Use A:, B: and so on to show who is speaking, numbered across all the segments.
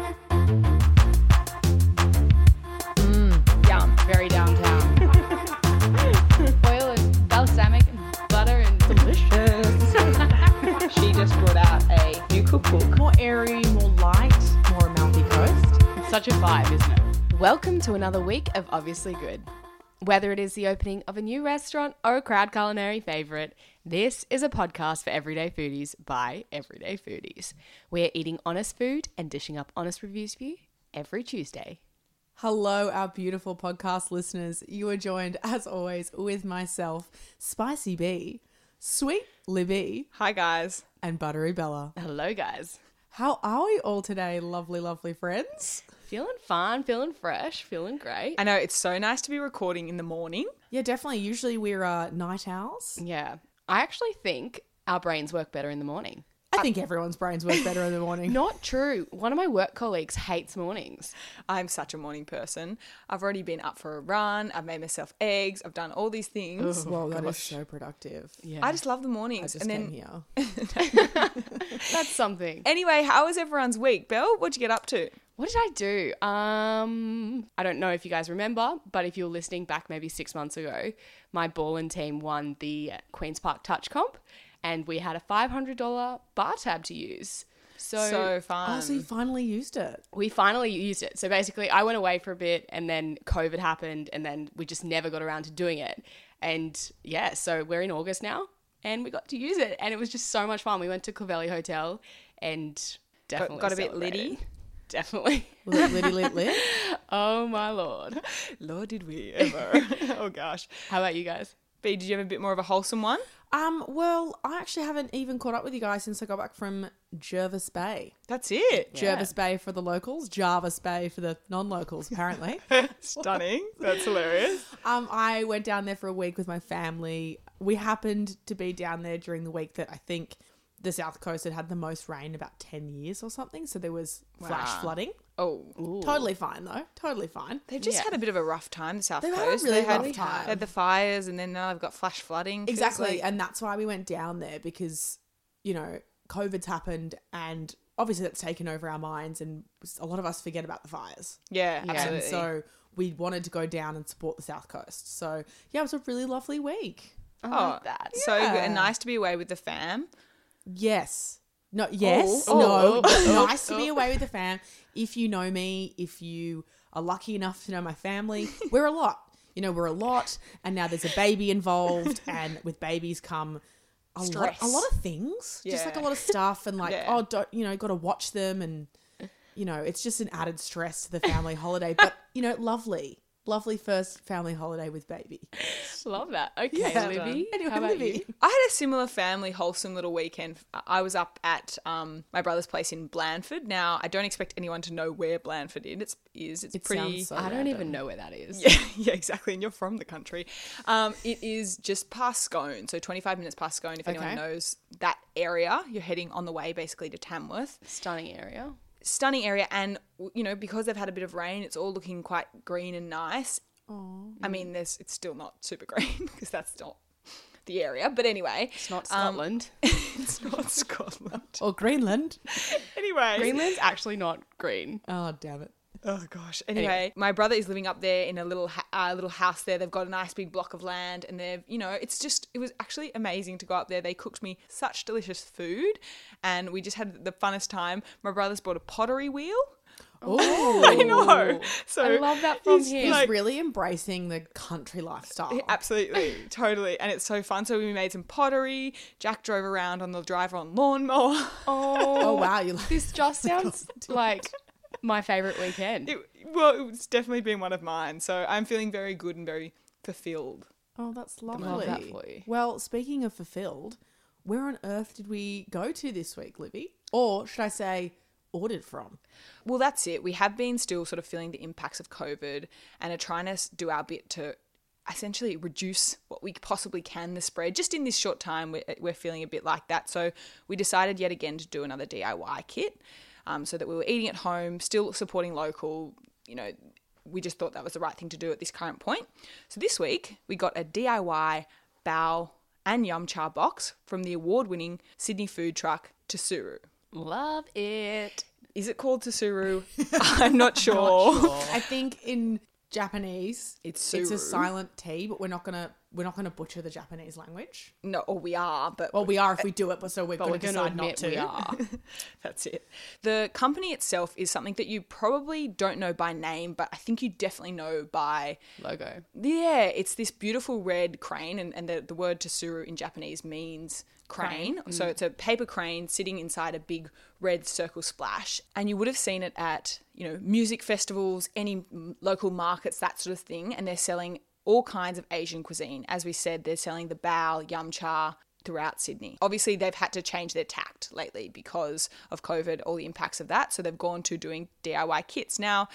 A: Such a vibe, isn't it?
B: Welcome to another week of Obviously Good. Whether it is the opening of a new restaurant or a crowd culinary favourite, this is a podcast for everyday foodies by everyday foodies. We're eating honest food and dishing up honest reviews for you every Tuesday.
A: Hello, our beautiful podcast listeners. You are joined, as always, with myself, Spicy B, Sweet Libby,
B: Hi, guys.
A: and Buttery Bella.
B: Hello, guys.
A: How are we all today, lovely, lovely friends?
B: Feeling fine, feeling fresh, feeling great.
C: I know it's so nice to be recording in the morning.
A: Yeah, definitely. Usually we're uh, night owls.
B: Yeah. I actually think our brains work better in the morning.
A: I think everyone's brains work better in the morning.
B: Not true. One of my work colleagues hates mornings.
C: I'm such a morning person. I've already been up for a run. I've made myself eggs. I've done all these things.
A: Whoa, that is so productive. Yeah. um,
C: I just love the mornings.
A: Just
C: and
A: came
C: then,
A: here.
B: That's something.
C: anyway, how was everyone's week, Belle? What'd you get up to?
B: What did I do? Um, I don't know if you guys remember, but if you're listening back maybe six months ago, my ball and team won the Queens Park Touch Comp, and we had a $500 bar tab to use. So,
C: so
A: Oh,
C: fun.
A: so you finally used it.
B: we finally used it. So basically, I went away for a bit, and then COVID happened, and then we just never got around to doing it. And yeah, so we're in August now, and we got to use it, and it was just so much fun. We went to Covelli Hotel, and definitely
C: got a bit
B: celebrated.
C: litty?
B: Definitely.
A: Was it litty lit lit?
B: Oh my lord.
C: Lord, did we ever? oh gosh.
B: How about you guys?
C: B, did you have a bit more of a wholesome one?
A: Um, well, I actually haven't even caught up with you guys since I got back from Jervis Bay.
C: That's it.
A: Jervis Bay for the locals, Jarvis Bay for the non-locals. Apparently,
C: Stunning. That's hilarious.
A: um, I went down there for a week with my family. We happened to be down there during the week that I think the south coast had had the most rain in about ten years or something. So there was flash
C: Wow.
A: flooding.
C: Oh.
A: Totally fine though. Totally fine.
C: They've just
B: Yeah.
C: had a bit of a rough time, the South
A: They've had a
C: Coast.
A: really
C: they had,
A: rough time.
C: they had the fires, and then now they've got flash flooding. Feels
A: Exactly.
C: like-
A: and that's why we went down there because, you know, COVID's happened and obviously that's taken over our minds and a lot of us forget about the fires.
C: yeah,
B: Yeah.
C: absolutely.
A: And so we wanted to go down and support the South Coast. So yeah, it was a really lovely week.
B: I
C: Oh,
B: love that.
C: So good.
A: Yeah.
C: and nice to be away with the fam.
A: Yes. No, yes.
B: Oh,
A: no.
B: oh,
A: but nice to be away with the fam. If you know me, if you are lucky enough to know my family, we're a lot. You know, we're a lot. And now there's a baby involved. And with babies come a, lot,
C: Stress.
A: a lot of things. Just like a
C: Yeah.
A: lot of stuff. And like,
C: Yeah.
A: oh, don't, you know, got to watch them. And, you know, it's just an added stress to the family holiday. But, you know, lovely. Lovely first family holiday with baby.
B: Love that. Okay,
C: Yeah.
B: Libby.
A: Anyway,
B: how about
A: Libby.
B: you?
C: I had a similar family wholesome little weekend. I was up at um, my brother's place in Blandford. Now I don't expect anyone to know where Blandford is. It's is it's
A: It
C: pretty.
A: sounds so
B: I don't
A: random.
B: even know where that is.
C: yeah, yeah, exactly. And you're from the country. Um, it is just past Scone, so 25 minutes past Scone. If anyone
A: Okay.
C: knows that area, you're heading on the way basically to Tamworth.
B: Stunning area.
C: Stunning area, and you know because they've had a bit of rain, it's all looking quite green and nice. I mean, there's it's still not super green because that's not the area. But anyway,
B: It's not
C: um,
B: Scotland.
C: it's not Scotland.
B: e-
A: Or Greenland.
C: Anyway.
B: Greenland's actually not green.
A: Oh, damn it.
C: Oh gosh. Anyway, my brother is living up there in a little ha- uh, little house there. They've got a nice big block of land, and they've you know it's just it was actually amazing to go up there. They cooked me such delicious food, and we just had the funnest time. My brother's bought a pottery wheel.
A: Oh,
C: I know. So
B: I love that from
C: he's
B: here.
A: He's
C: like-
A: really embracing the country lifestyle.
C: Yeah, Absolutely, totally, and it's so fun. So we made some pottery. Jack drove around on the driver on lawnmower.
A: Oh
B: Oh,
A: wow, you like
B: this just sounds like my favorite weekend.
C: It, well, it's definitely been one of mine. So I'm feeling very good and very fulfilled.
A: Oh, that's lovely.
B: love that for you.
A: Well, speaking of fulfilled, where on earth did we go to this week, Libby? Or should I say ordered from?
C: Well, that's it. We have been still sort of feeling the impacts of COVID and are trying to s- do our bit to essentially reduce what we possibly can the spread. Just in this short time, we're, we're feeling a bit like that. So we decided yet again to do another DIY kit um, so that we were eating at home, still supporting local, you know. We just thought that was the right thing to do at this current point. So this week we got a DIY bow and yum cha box from the award-winning Sydney food truck Tsuru.
B: Love it.
C: Is it called Tsuru? I'm not sure.
A: I think in Japanese
C: It's
A: it's a
C: Suru.
A: silent T, but we're not gonna we're not going to butcher the Japanese language.
C: No, or we are, but
A: Well, we are if we do it, but so we're
B: we're
A: going
B: gonna
A: to decide not
B: admit
A: to.
B: we are.
C: That's it. The company itself is something that you probably don't know by name, but I think you definitely know by.
B: logo.
C: Yeah, it's this beautiful red crane, and, and the, the word tasuru in Japanese means crane. So it's a paper crane sitting inside a big red circle splash. And you would have seen it at, you know, music festivals, any mm, local markets, that sort of thing. And they're selling all kinds of Asian cuisine. As we said, they're selling the bao, yum cha, throughout Sydney. Obviously, they've had to change their tact lately because of COVID, all the impacts of that. So they've gone to doing DIY kits. Now,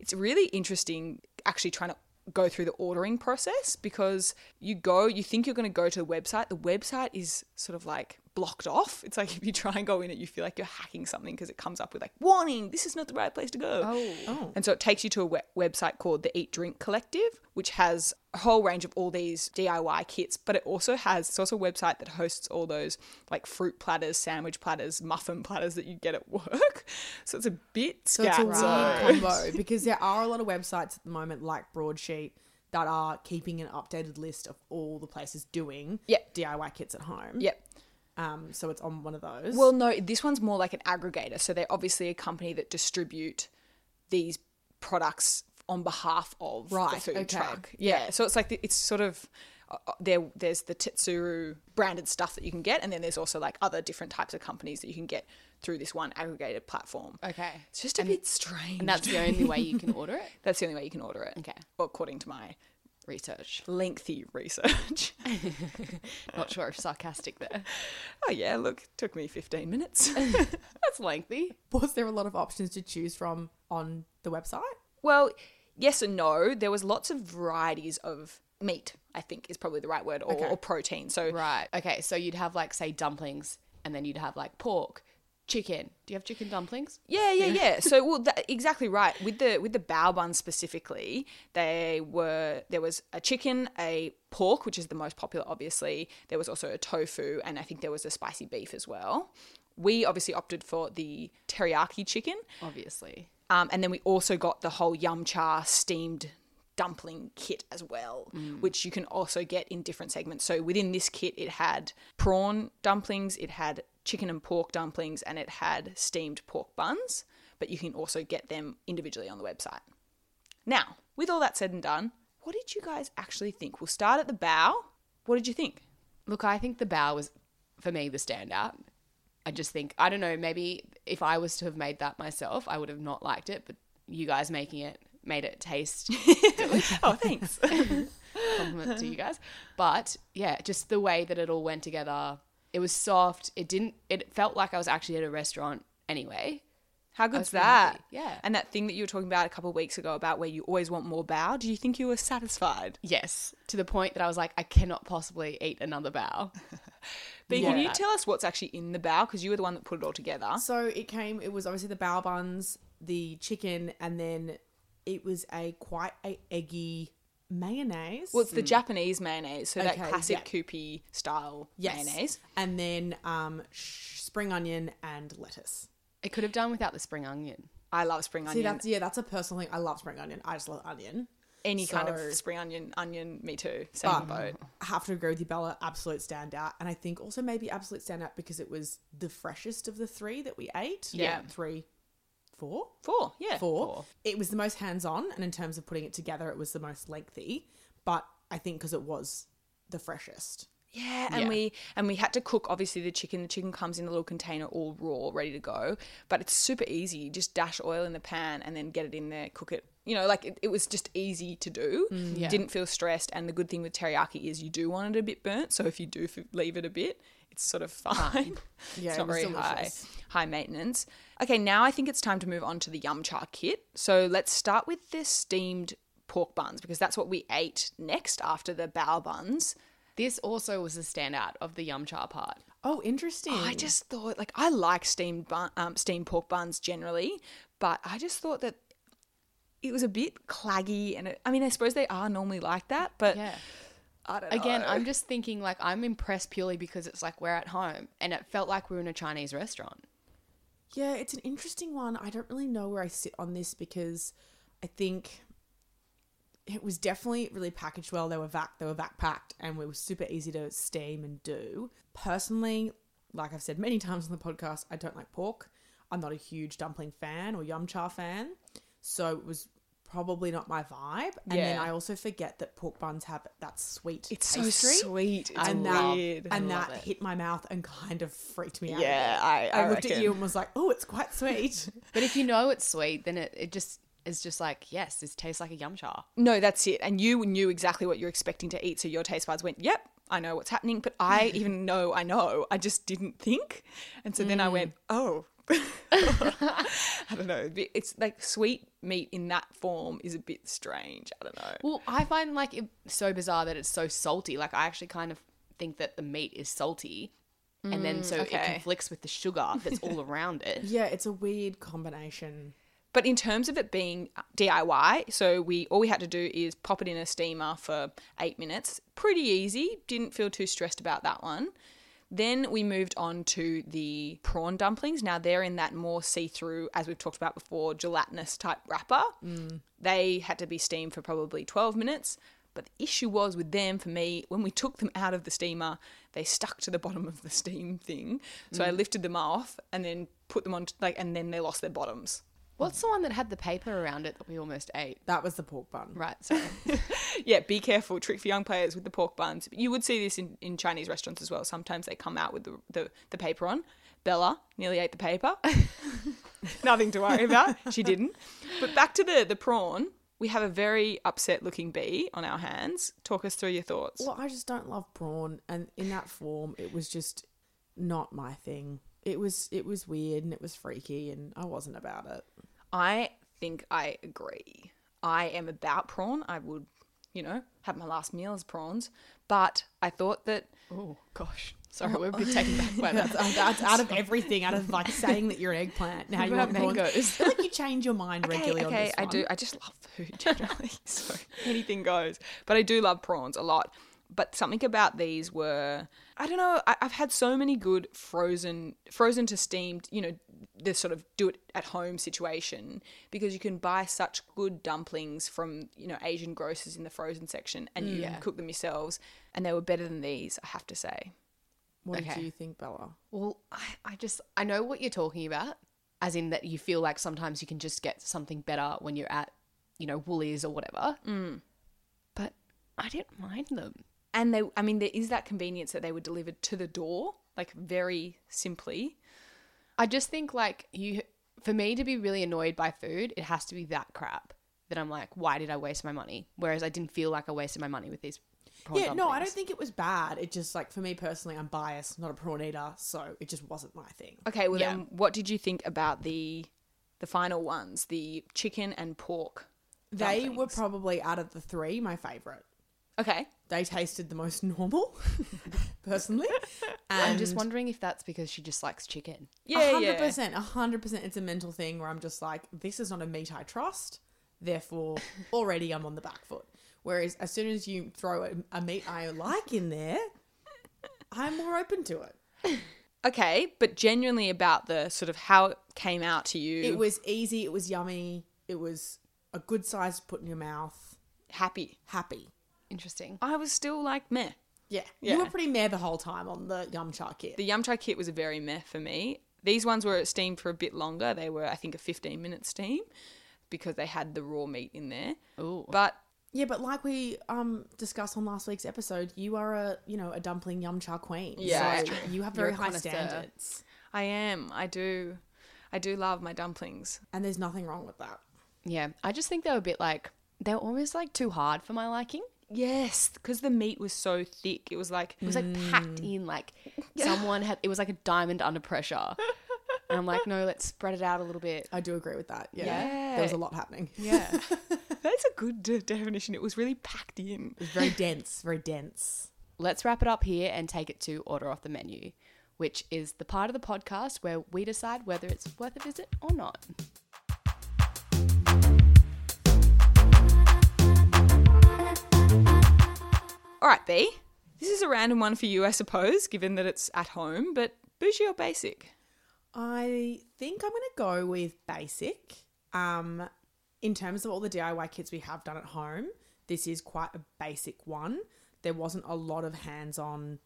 C: it's really interesting actually trying to go through the ordering process because you go, you think you're going to go to the website. The website is sort of like blocked off. It's like if you try and go in it, you feel like you're hacking something because it comes up with like, warning, this is not the right place to go.
B: Oh.
C: And so it takes you to a we- website called the Eat Drink Collective, which has a whole range of all these DIY kits, but it also has, it's also a website that hosts all those like fruit platters, sandwich platters, muffin platters that you get at work. So it's a bit
A: So it's a
C: scattered.
A: weird combo because there are a lot of websites at the moment, like Broadsheet, that are keeping an updated list of all the places doing
C: Yep.
A: DIY kits at home.
C: Yep.
A: Um, so it's on one of those.
C: Well, no, this one's more like an aggregator. So they're obviously a company that distribute these products on behalf of the
A: Right,
C: food
A: okay.
C: truck. Yeah. So it's like the, it's sort of uh, uh, there. There's the Tetsuru branded stuff that you can get, and then there's also like other different types of companies that you can get through this one aggregated platform.
B: Okay.
C: It's just a bit strange.
B: And that's the only way you can order it.
C: that's the only way you can order it.
B: Okay.
C: According to my
B: Research.
C: lengthy research.
B: Not sure if sarcastic there.
C: oh yeah, look, it took me 15 minutes.
B: That's lengthy.
A: was there a lot of options to choose from on the website?
C: Well, yes and no. There was lots of varieties of meat. I think is probably the right word, or,
A: Okay.
C: or protein. So
B: Right. Okay. So you'd have like say dumplings, and then you'd have like pork, chicken. Do you have chicken dumplings?
C: yeah, yeah, yeah. so well, that, exactly right. With the with the bao bun specifically, they were there was a chicken, a pork, which is the most popular, obviously. There was also a tofu, and I think there was a spicy beef as well. We obviously opted for the teriyaki chicken,
B: Obviously.
C: Um, and then we also got the whole yum cha steamed dumpling kit as well, which you can also get in different segments. So within this kit, it had prawn dumplings, it had chicken and pork dumplings, and it had steamed pork buns. But you can also get them individually on the website. Now, with all that said and done, what did you guys actually think? We'll start at the bow. What did you think?
B: Look, I think the bow was for me the standout. I just think I don't know. Maybe if I was to have made that myself, I would have not liked it. But you guys making it made it taste
C: oh, thanks.
B: compliment to you guys. But yeah, just the way that it all went together. It was soft. It didn't. It felt like I was actually at a restaurant anyway.
C: How good's
B: really
C: that?
B: happy. Yeah.
C: And that thing that you were talking about a couple of weeks ago about where you always want more bow, do you think you were satisfied?
B: Yes, to the point that I was like, I cannot possibly eat another bow.
C: But
B: Yeah.
C: can you tell us what's actually in the bow? Because you were the one that put it all together.
A: So it came. It was obviously the bao buns, the chicken, and then it was a quite a eggy mayonnaise.
C: Well, it's the Japanese mayonnaise, so that
A: Hmm. Okay,
C: classic
A: yeah.
C: Koopy style
A: Yes.
C: mayonnaise.
A: and then um, sh- spring onion and lettuce.
B: It could have done without the spring onion.
C: I love spring
A: See,
C: onion.
A: that's yeah, that's a personal thing. I love spring onion. I just love onion.
C: Any kind
A: so- Ah.
C: of spring onion, onion, me too. Same
A: But
C: boat.
A: I have to agree with you, Bella. Absolute standout, and I think also maybe absolute standout because it was the freshest of the three that we ate.
C: Yeah.
A: three, four.
C: Four, yeah.
A: four. It was the most hands on, and in terms of putting it together, it was the most lengthy. But I think because it was the freshest.
C: Yeah, and
B: Yeah.
C: we and we had to cook obviously the chicken. The chicken comes in a little container all raw, ready to go. But it's super easy. You just dash oil in the pan and then get it in there, cook it. You know, like it, it was just easy to do.
A: Mm,
B: yeah.
C: Didn't feel stressed. And the good thing with teriyaki is you do want it a bit burnt. So if you do f- leave it a bit, it's sort of fine.
A: Yeah,
C: it's
A: it
C: not
A: was
C: very high
A: delicious.
C: high maintenance. Okay, now I think it's time to move on to the yum cha kit. So let's start with the steamed pork buns because that's what we ate next after the bao buns.
B: This also was a standout of the yum cha part.
A: Oh, interesting.
B: Mm.
C: I just thought like I like steamed bun, um, steamed pork buns generally, but I just thought that it was a bit claggy and it, I mean I suppose they are normally like that, but
B: Yeah. Uh.
C: I don't know.
B: Again, I'm just thinking like I'm impressed purely because it's like we're at home and it felt like we were in a Chinese restaurant.
A: yeah, it's an interesting one. I don't really know where I sit on this because I think it was definitely really packaged well. They were vac, they were vac packed, and it was super easy to steam and do. Personally, like I've said many times on the podcast, I don't like pork. I'm not a huge dumpling fan or yum cha fan, so it was probably not my vibe. And then
C: Yeah.
A: I also forget that pork buns have that sweet.
C: It's so
A: pastry,
C: sweet. It's
A: and that
C: weird.
A: and
B: love
A: that
B: it.
A: hit my mouth and kind of freaked me out.
C: yeah, I,
A: I,
C: I,
A: looked at
C: reckon.
A: you and was like, "Oh, it's quite sweet."
B: But if you know it's sweet, then it, it just is just like, yes, this tastes like a yum cha.
C: No, that's it. And you knew exactly what you're expecting to eat, so your taste buds went, "Yep, I know what's happening." But I even know I know. I just didn't think, and so then I
B: Mm.
C: went, "Oh." I don't know. It's like sweet meat in that form is a bit strange. I don't know.
B: Well, I find like it so bizarre that it's so salty. Like I actually kind of think that the meat is salty. And then so it
C: okay.
B: conflicts with the sugar that's all around it.
A: yeah, it's a weird combination.
C: But in terms of it being DIY, so we all we had to do is pop it in a steamer for eight minutes. Pretty easy. Didn't feel too stressed about that one. Then we moved on to the prawn dumplings. Now they're in that more see-through, as we've talked about before, gelatinous type wrapper. They had to be steamed for probably 12 minutes. But the issue was with them for me, when we took them out of the steamer, they stuck to the bottom of the steam thing. So I lifted them off and then put them on like and then they lost their bottoms.
B: What's the one that had the paper around it that we almost ate?
A: That was the pork bun.
B: Right, sorry.
C: yeah, be careful. Trick for young players with the pork buns. You would see this in, in Chinese restaurants as well. Sometimes they come out with the, the, the paper on. Bella nearly ate the paper. Nothing to worry about. She didn't. But back to the, the prawn. We have a very upset looking bee on our hands. Talk us through your thoughts.
A: Well, I just don't love prawn, and in that form, it was just not my thing. It was it was weird and it was freaky, and I wasn't about it.
C: I think I agree. I am about prawn. I would, you know, have my last meal as prawns. But I thought that
B: oh gosh. Sorry, we've been taken back by
A: That's,
B: that.
A: that's out of everything, out of like saying that you're an eggplant. Now you
B: What
A: want
B: about
A: mangoes.
B: mangoes?
A: Prawns. I feel like you change your mind regularly. on
C: okay,
A: this
C: I
A: one.
C: do. I just love food generally, so anything goes. But I do love prawns a lot. But something about these were, I don't know. I, I've had so many good frozen, frozen to steamed. You know, this sort of do it at home situation because you can buy such good dumplings from you know Asian grocers in the frozen section, and you can cook them yourselves. And they were better than these, I have to say.
A: What
B: Okay.
A: do you think, Bella?
B: Well, I, I just I know what you're talking about, as in that you feel like sometimes you can just get something better when you're at, you know, Woolies or whatever. But I didn't mind them.
C: and they i mean there is that convenience that they were delivered to the door like very simply
B: I just think like you for me to be really annoyed by food, it has to be that crap that I'm like, why did I waste my money? Whereas I didn't feel like I wasted my money with these. prawn
A: yeah, no, I don't
B: dumplings.
A: think it was bad. It just like for me personally, I'm biased, not a prawn eater, so it just wasn't my thing.
C: okay well
B: Yeah.
C: then what did you think about the the final ones the chicken and pork
A: They were
C: dumplings?
A: probably out of the three my favorite.
C: okay
A: They tasted the most normal, personally. And
B: I'm just wondering if that's because she just likes chicken.
A: Yeah,
C: yeah yeah
A: 100%, 100% it's a mental thing where I'm just like, this is not a meat I trust. Therefore, already I'm on the back foot. Whereas as soon as you throw a, a meat I like in there, I'm more open to it.
C: okay but genuinely about the sort of how it came out to you
A: It was easy. It was yummy. It was a good size to put in your mouth.
C: happy
A: Happy.
B: Interesting.
C: i was still like meh
A: Yeah.
C: Yeah.
A: You were pretty mad the whole time on the yum cha kit.
C: the yum chai kit was a very meh for me these ones were steamed for a bit longer they were i think a 15 minute steam because they had the raw meat in there
B: Ooh.
C: but
A: yeah, but like we um discussed on last week's episode, you are a, you know, a dumpling yum cha queen.
C: Yeah,
A: So
C: that's
A: you have
B: You're
A: very
B: a
A: high
B: connoisseur.
A: standards.
C: I am. I do. I do love my dumplings.
A: And there's nothing wrong with that.
B: Yeah, I just think they were a bit like they were almost like too hard for my liking.
C: Yes, because the meat was so thick. It was like
B: It was like packed
A: Mm.
B: in, like someone had. It was like a diamond under pressure. and I'm like, no, let's spread it out a little bit.
A: I do agree with that. Yeah.
C: Yeah.
A: There was a lot happening.
B: Yeah,
C: that's a good de- definition. It was really packed in.
A: It was very dense, very dense.
B: let's wrap it up here and take it to order off the menu, which is the part of the podcast where we decide whether it's worth a visit or not.
C: All right, B. This is a random one for you, I suppose, given that it's at home. But bougie or basic?
A: I think I'm going to go with basic. Um, in terms of all the DIY kits we have done at home, this is quite a basic one. There wasn't a lot of hands on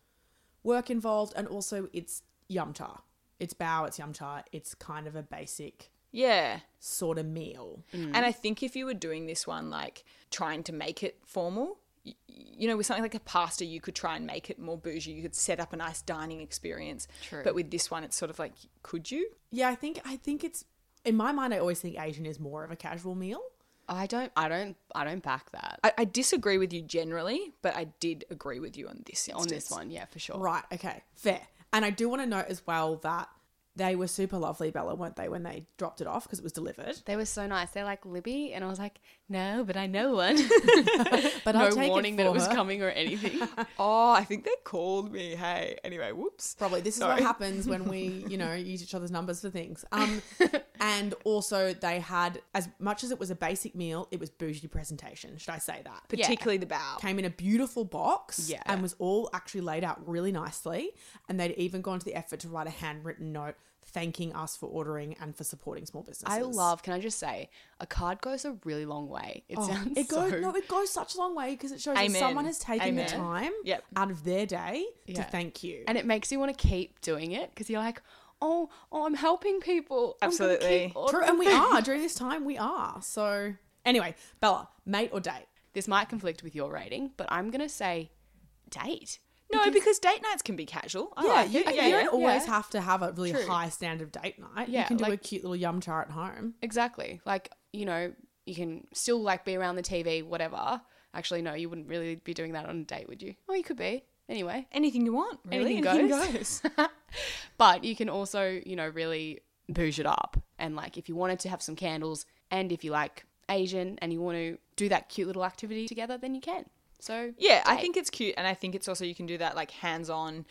A: work involved, and also it's yumta. It's bao, it's yumta. It's kind of a basic
C: Yeah.
A: sort of meal.
B: Mm.
C: And I think if you were doing this one, like trying to make it formal, y- you know, with something like a pasta, you could try and make it more bougie. You could set up a nice dining experience.
B: True.
C: But with this one, it's sort of like, could you?
A: Yeah, I think I think it's in my mind. I always think Asian is more of a casual meal.
B: I don't, I don't, I don't back that
C: I, I disagree with you generally, but I did agree with you on this.
B: on
C: instance.
B: this one. Yeah, for sure.
A: Right. Okay. Fair. And I do want to note as well that they were super lovely, Bella, weren't they, when they dropped it off because it was delivered?
B: They were so nice. They're like Libby, and I was like, no, but I know one.
A: But
B: no
A: I'll take
B: warning
A: it
B: that
A: for
B: it was
A: her.
B: coming or anything.
C: Oh, I think they called me. Hey, anyway, whoops.
A: Probably this is what
C: Sorry.
A: happens when we, you know, use each other's numbers for things. Um, and also they had as much as it was a basic meal, it was bougie presentation. Should I say that?
B: Yeah.
C: Particularly the bow.
A: came in a beautiful box
B: Yeah.
A: and was all actually laid out really nicely. And they'd even gone to the effort to write a handwritten note thanking us for ordering and for supporting small businesses.
B: I love. Can I just say, a card goes a really long way. Oh, It sounds
A: Oh, it goes
B: so.
A: no, it goes such a long way because it shows that
C: Amen.
A: someone has taken the
C: Amen.
A: time
C: Yep.
A: out of their day to
B: Yeah.
A: thank you.
B: and it makes you want to keep doing it because you're like, oh, oh, I'm helping people. I'm gonna keep
C: Absolutely. True,
A: True,
B: ordering
A: and we are during this time we are. So anyway, Bella, mate or date?
B: this might conflict with your rating, but I'm gonna say date.
C: no, because, date nights can be casual. I like
A: you,
C: it.
A: you don't always
B: yeah.
A: have to have a really
B: True.
A: high standard date night. you
B: Yeah,
A: can do a
B: like-
A: cute little yum char at home.
B: Exactly. Like, you know, you can still like be around the TV, whatever. Actually, no, you wouldn't really be doing that on a date, would you? Oh, you could be. Anyway.
C: Anything you want, really.
B: Anything goes. But you can also, you know, really bouge it up. And like if you wanted to have some candles and if you like Asian and you want to do that cute little activity together, then you can. So
C: Yeah, I
B: date.
C: think it's cute, and I think it's also you can do that like hands-on.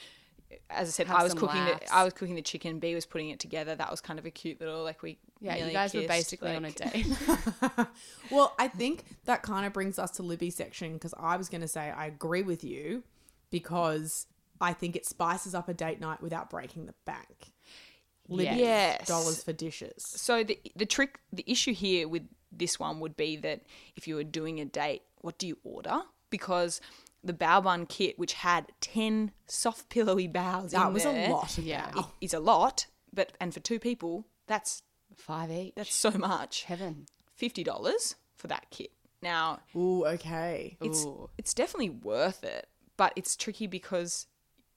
C: As I said,
B: Have
C: I was
B: some
C: cooking
B: laughs.
C: the I was cooking the chicken. B was putting it together. That was kind of a cute little like we.
B: Yeah, you
C: nearly
B: guys were
C: kissed,
B: basically on a
C: like-
B: date.
A: Well, I think that kind of brings us to Libby's section because I was going to say I agree with you because I think it spices up a date night without breaking the bank. Libby's
C: Yes.
A: dollars for dishes.
C: So the the trick, the issue here with this one would be that if you were doing a date, what do you order? Because the bao bun kit, which had ten soft pillowy baos,
A: That
C: in
A: was
C: there,
A: a lot. Of
B: Yeah.
A: bao.
C: Is a lot, but and for two people, that's
B: Five each.
C: that's so much.
B: heaven.
C: Fifty dollars for that kit. Now
A: Ooh, okay.
C: it's
B: Ooh.
C: it's definitely worth it, but it's tricky because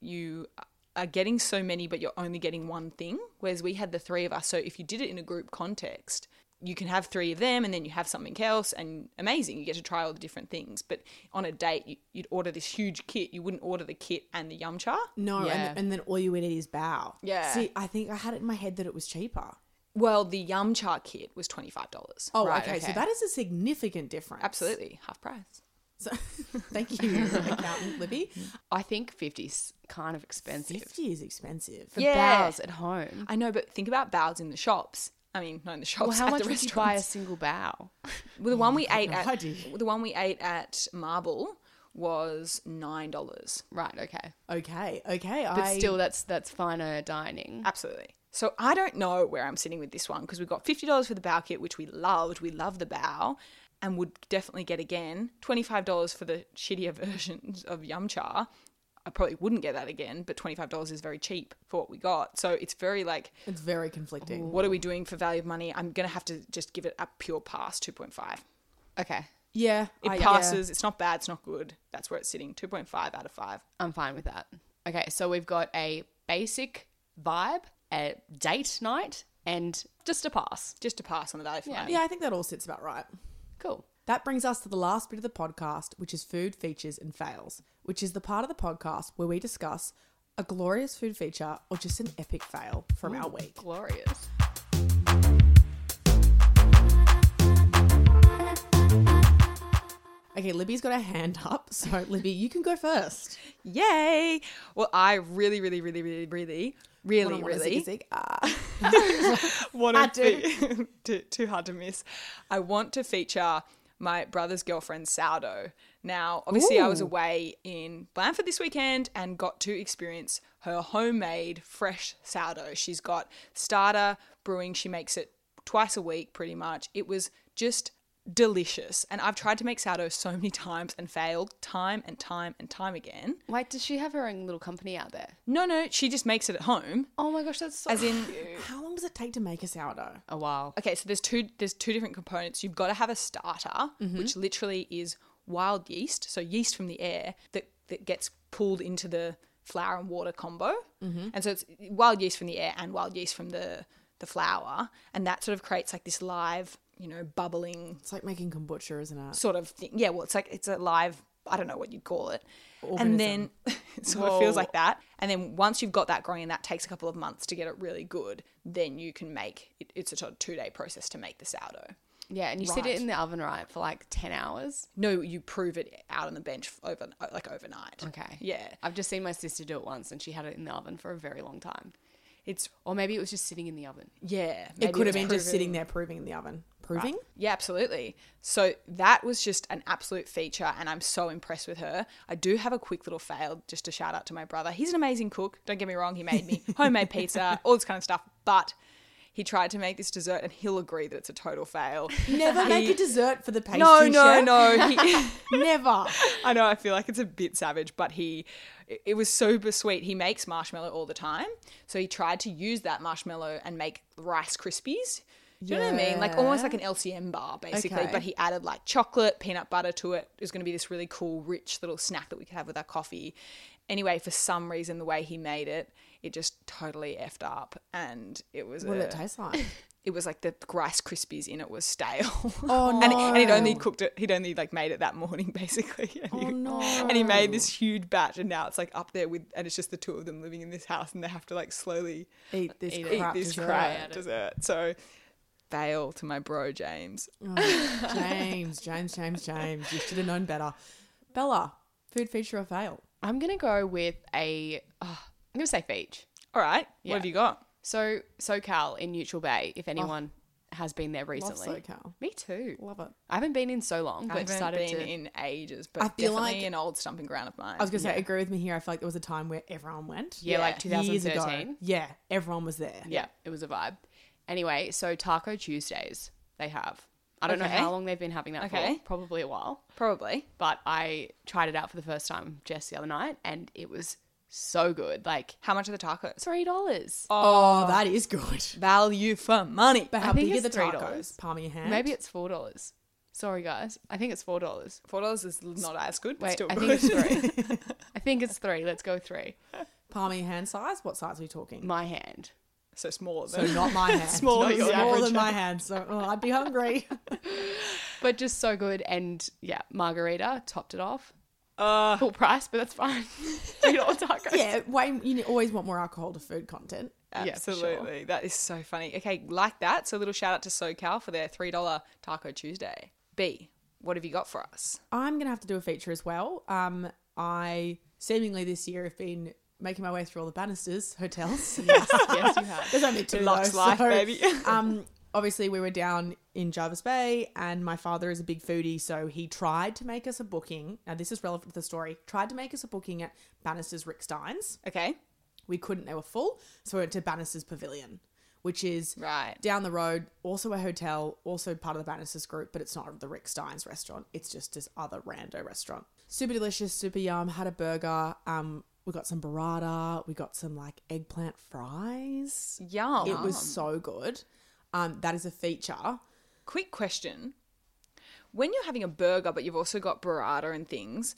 C: you are getting so many, but you're only getting one thing. Whereas we had the three of us, so if you did it in a group context, you can have three of them, and then you have something else, and amazing, you get to try all the different things. But on a date, you, you'd order this huge kit. You wouldn't order the kit and the yum cha.
A: No,
B: Yeah.
A: and, and then all you eat is bow.
C: Yeah.
A: See, I think I had it in my head that it was cheaper.
C: Well, the yum cha kit was twenty five dollars.
A: Oh,
B: Right,
A: okay. So
B: okay.
A: that is a significant difference.
C: Absolutely, half price.
A: So, thank you, accountant Libby.
B: I think 50's kind of expensive.
A: Fifty is expensive.
B: For
C: Yeah.
B: bows at home.
C: I know, but think about bows in the shops. I mean, not in the shops.
B: Well, how
C: at
B: much
C: the
B: would you buy a Oh
C: restaurants.
B: single bow?
C: Well, the one we ate
A: no
C: at
A: idea.
C: the one we ate at Marble was nine dollars.
B: Right, okay.
A: Okay, okay.
B: But
A: I
B: still, that's that's finer dining.
C: Absolutely. So I don't know where I'm sitting with this one because we got fifty dollars for the bow kit, which we loved. We love the bow, and would definitely get again. Twenty five dollars for the shittier versions of Yum Cha. I probably wouldn't get that again, but twenty five dollars is very cheap for what we got. So it's very like,
A: it's very conflicting.
C: what are we doing for value of money? I'm gonna have to just give it a pure pass, two point five.
B: Okay,
A: Yeah,
C: It
A: I- yeah.
C: passes. It's not bad. It's not good. That's where it's sitting. Two point five out of five.
B: I'm fine with that. Okay, so we've got a basic vibe, a date night, and just a pass.
C: just to pass on the value for money.
A: Yeah, I think that all sits about right.
B: Cool.
A: That brings us to the last bit of the podcast, which is food features and fails, which is the part of the podcast where we discuss a glorious food feature or just an epic fail from our week.
B: Glorious.
A: Okay, Libby's got her hand up, so Libby, you can go first.
C: Yay! Well, I really, really, really, really, really, really,
A: Wanna- wanna
C: really
A: zig-zag? Ah.
C: want to.
A: I do.
C: fe- too, too hard to miss. I want to feature my brother's girlfriend sourdough. Now, obviously, I was
A: Ooh.
C: away in Blanford this weekend and got to experience her homemade fresh sourdough. She's got starter brewing. She makes it twice a week, pretty much. It was just delicious. And I've tried to make sourdough so many times and failed time and time and time again.
B: Wait, does she have her own little company out there?
C: No, no, she just makes it at home.
B: Oh my gosh, that's so
C: As in,
A: How long does it take to make a sourdough?
B: a while.
C: okay, so there's two there's two different components. You've got to have a starter, which literally is wild yeast, so yeast from the air that that gets pulled into the flour and water combo. And so it's wild yeast from the air and wild yeast from the the flour, and that sort of creates like this live, you know, bubbling
A: It's like making kombucha, isn't it?
C: sort of thing. Yeah, well, it's like it's a live. I don't know what you'd call it. And then it sort of feels like that. And then once you've got that growing, and that takes a couple of months to get it really good, then you can make it. It's a sort of two day process to make the sourdough.
B: Yeah, and you sit it in the oven, right, for like 10 hours.
C: No, you prove it out on the bench over like overnight.
B: Okay.
C: Yeah,
B: I've just seen my sister do it once and she had it in the oven for a very long time.
C: it's
B: Or maybe it was just sitting in the oven.
C: yeah.
A: it could have
C: it's
A: been just
C: proven-
A: sitting there proving in the oven. Proving?
C: Yeah, absolutely. So that was just an absolute feature, and I'm so impressed with her. I do have a quick little fail just to shout out to my brother. He's an amazing cook. Don't get me wrong. He made me homemade pizza, all this kind of stuff. But he tried to make this dessert, and he'll agree that it's a total fail.
A: Never make
C: He-
A: a dessert for the pastry
C: No, no,
A: chef.
C: no. He,
A: Never.
C: I know I feel like it's a bit savage, but he it- it was super sweet. He makes marshmallow all the time. So he tried to use that marshmallow and make rice krispies. Do you know what I mean? Like almost like an LCM bar basically,
A: Okay.
C: but he added like chocolate, peanut butter to it. It was going to be this really cool rich little snack that we could have with our coffee. Anyway, for some reason the way he made it, it just totally effed up and it was
A: What
C: a,
A: did it taste like?
C: it was like the rice krispies in it was stale.
A: Oh,
C: and, and he'd
A: no.
C: only cooked it. He'd only like made it that morning, basically. And
A: Oh,
C: he,
A: no.
C: And he made
B: Oh.
C: this huge batch, and now it's like up there with, and it's just the two of them living in this house, and they have to like slowly
A: Eat this
B: Eat it.
A: crap
C: eat this
A: dessert.
C: crap dessert. So, fail to my bro James.
B: Mm.
A: Oh, James, James, James, James. You should have known better. Bella, food feature or fail?
B: I'm going to go with a, oh, I'm going to say Feach.
C: All right,
B: Yeah.
C: what have you got?
B: So SoCal in Neutral Bay,
C: Oh.
B: if anyone has been there
A: Love
B: recently.
A: SoCal.
B: Me too.
A: Love it.
B: I haven't been in so long, but
C: I haven't
B: started
C: been
B: to.
C: in ages, but
A: I feel
C: definitely
A: like-
C: an old stumping ground of mine.
A: I was going to say, agree with me here. I feel like there was a time where everyone went.
B: yeah, like
A: Years ago.
B: 2013.
A: Yeah, everyone was there.
B: Yeah, it was a vibe. Anyway, so Taco Tuesdays they have. I don't know
C: Okay.
B: how long they've been having that
C: Okay.
B: for. Probably a while.
C: probably.
B: But I tried it out for the first time just the other night, and it was so good. Like
C: How much are the tacos?
B: three dollars.
A: Oh, that is good.
C: Value for money.
A: But how
B: think
A: big are
B: it's
A: the
B: $3.
A: tacos? Palm of your hand.
B: Maybe it's four dollars. Sorry guys, I think it's four dollars.
C: Four dollars is not as good, but
B: Wait,
C: still
B: I
C: good.
B: think it's three. I think it's three. Let's go three.
A: palm of your hand size. What size are we talking?
B: My hand.
C: so smaller
A: so
C: than
A: not my hand.
C: Smaller
A: Not
C: your
A: smaller
C: average.
A: than my hand. So oh, I'd be hungry.
B: but just so good. And yeah, margarita topped it off.
C: Uh,
B: Full price, but that's fine. Three dollar tacos.
A: yeah, way you always want more alcohol to food content.
B: Yeah, for
C: Absolutely.
B: sure.
C: That is so funny. Okay, like that. So a little shout out to SoCal for their $3 Taco Tuesday. B, what have you got for us?
A: I'm gonna have to do a feature as well. Um, I seemingly this year have been making my way through all the banisters hotels.
B: yes, you have.
A: There's only two
C: Deluxe
A: though,
C: life,
A: so,
C: baby.
A: um, obviously we were down in Jarvis Bay, and my father is a big foodie, so he tried to make us a booking. Now this is relevant to the story. Tried to make us a booking at Banisters Rick Steins.
C: Okay.
A: We couldn't; they were full, so we went to Banisters Pavilion, which is
C: Right.
A: down the road, also a hotel, also part of the Banisters group, but it's not the Rick Steins restaurant. It's just this other rando restaurant. Super delicious, super yum. Had a burger. Um, we got some burrata. We got some like eggplant fries.
C: Yum.
A: It was so good. Um, that is a feature.
C: Quick question. When you're having a burger, but you've also got burrata and things,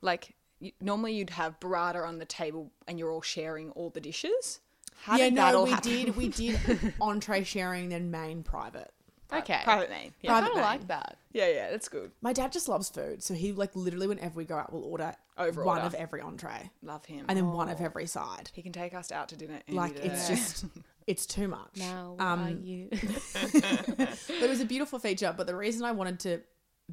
C: like you, normally you'd have burrata on the table and you're all sharing all the dishes. How did that all
A: we
C: happen?
A: did. We did entree sharing, then main private.
B: Okay.
C: Private name. Yeah.
B: I
A: Private
B: kind of
A: name.
B: like that.
C: yeah, yeah, that's good.
A: My dad just loves food, so he like literally whenever we go out, will order
C: Over
A: one
C: order.
A: of every entree
C: Love him.
A: and then one of every side.
C: he can take us out to dinner. any
A: like
C: day.
A: it's just it's too much
B: Now
A: um
B: are you?
A: it was a beautiful feature but the reason i wanted to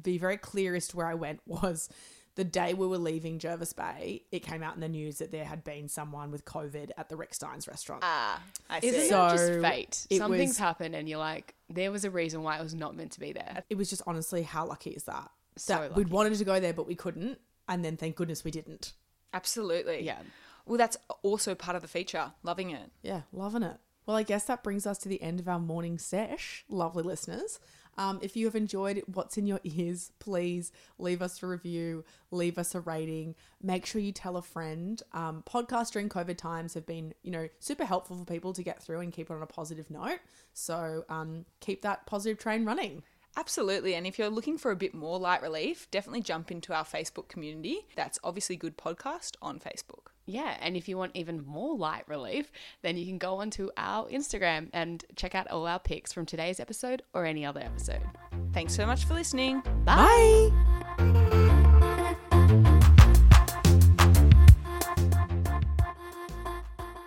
A: be very clear as to where i went was the day we were leaving jervis bay it came out in the news that there had been someone with covid at the rick steins restaurant
C: ah, I see.
B: Isn't
A: So-
B: that just fate?
A: it
B: Something's
A: was-
B: happened, and you're like, there was a reason why it was not meant to be there.
A: it was just honestly how lucky is that
B: So
A: that we'd wanted to go there but we couldn't and then thank goodness we didn't
C: Absolutely.
B: Yeah.
C: Well, that's also part of the feature. Loving it.
A: yeah loving it well i guess that brings us to the end of our morning sesh lovely listeners Um, if you have enjoyed What's in Your Ears, please leave us a review, leave us a rating. Make sure you tell a friend. Um, podcasts during COVID times have been, you know, super helpful for people to get through and keep it on a positive note. So um, keep that positive train running.
C: Absolutely. And if you're looking for a bit more light relief, definitely jump into our Facebook community. That's obviously Good Podcast on Facebook.
B: Yeah, and if you want even more light relief, then you can go onto our Instagram and check out all our pics from today's episode or any other episode.
C: Thanks so much for listening.
A: Bye.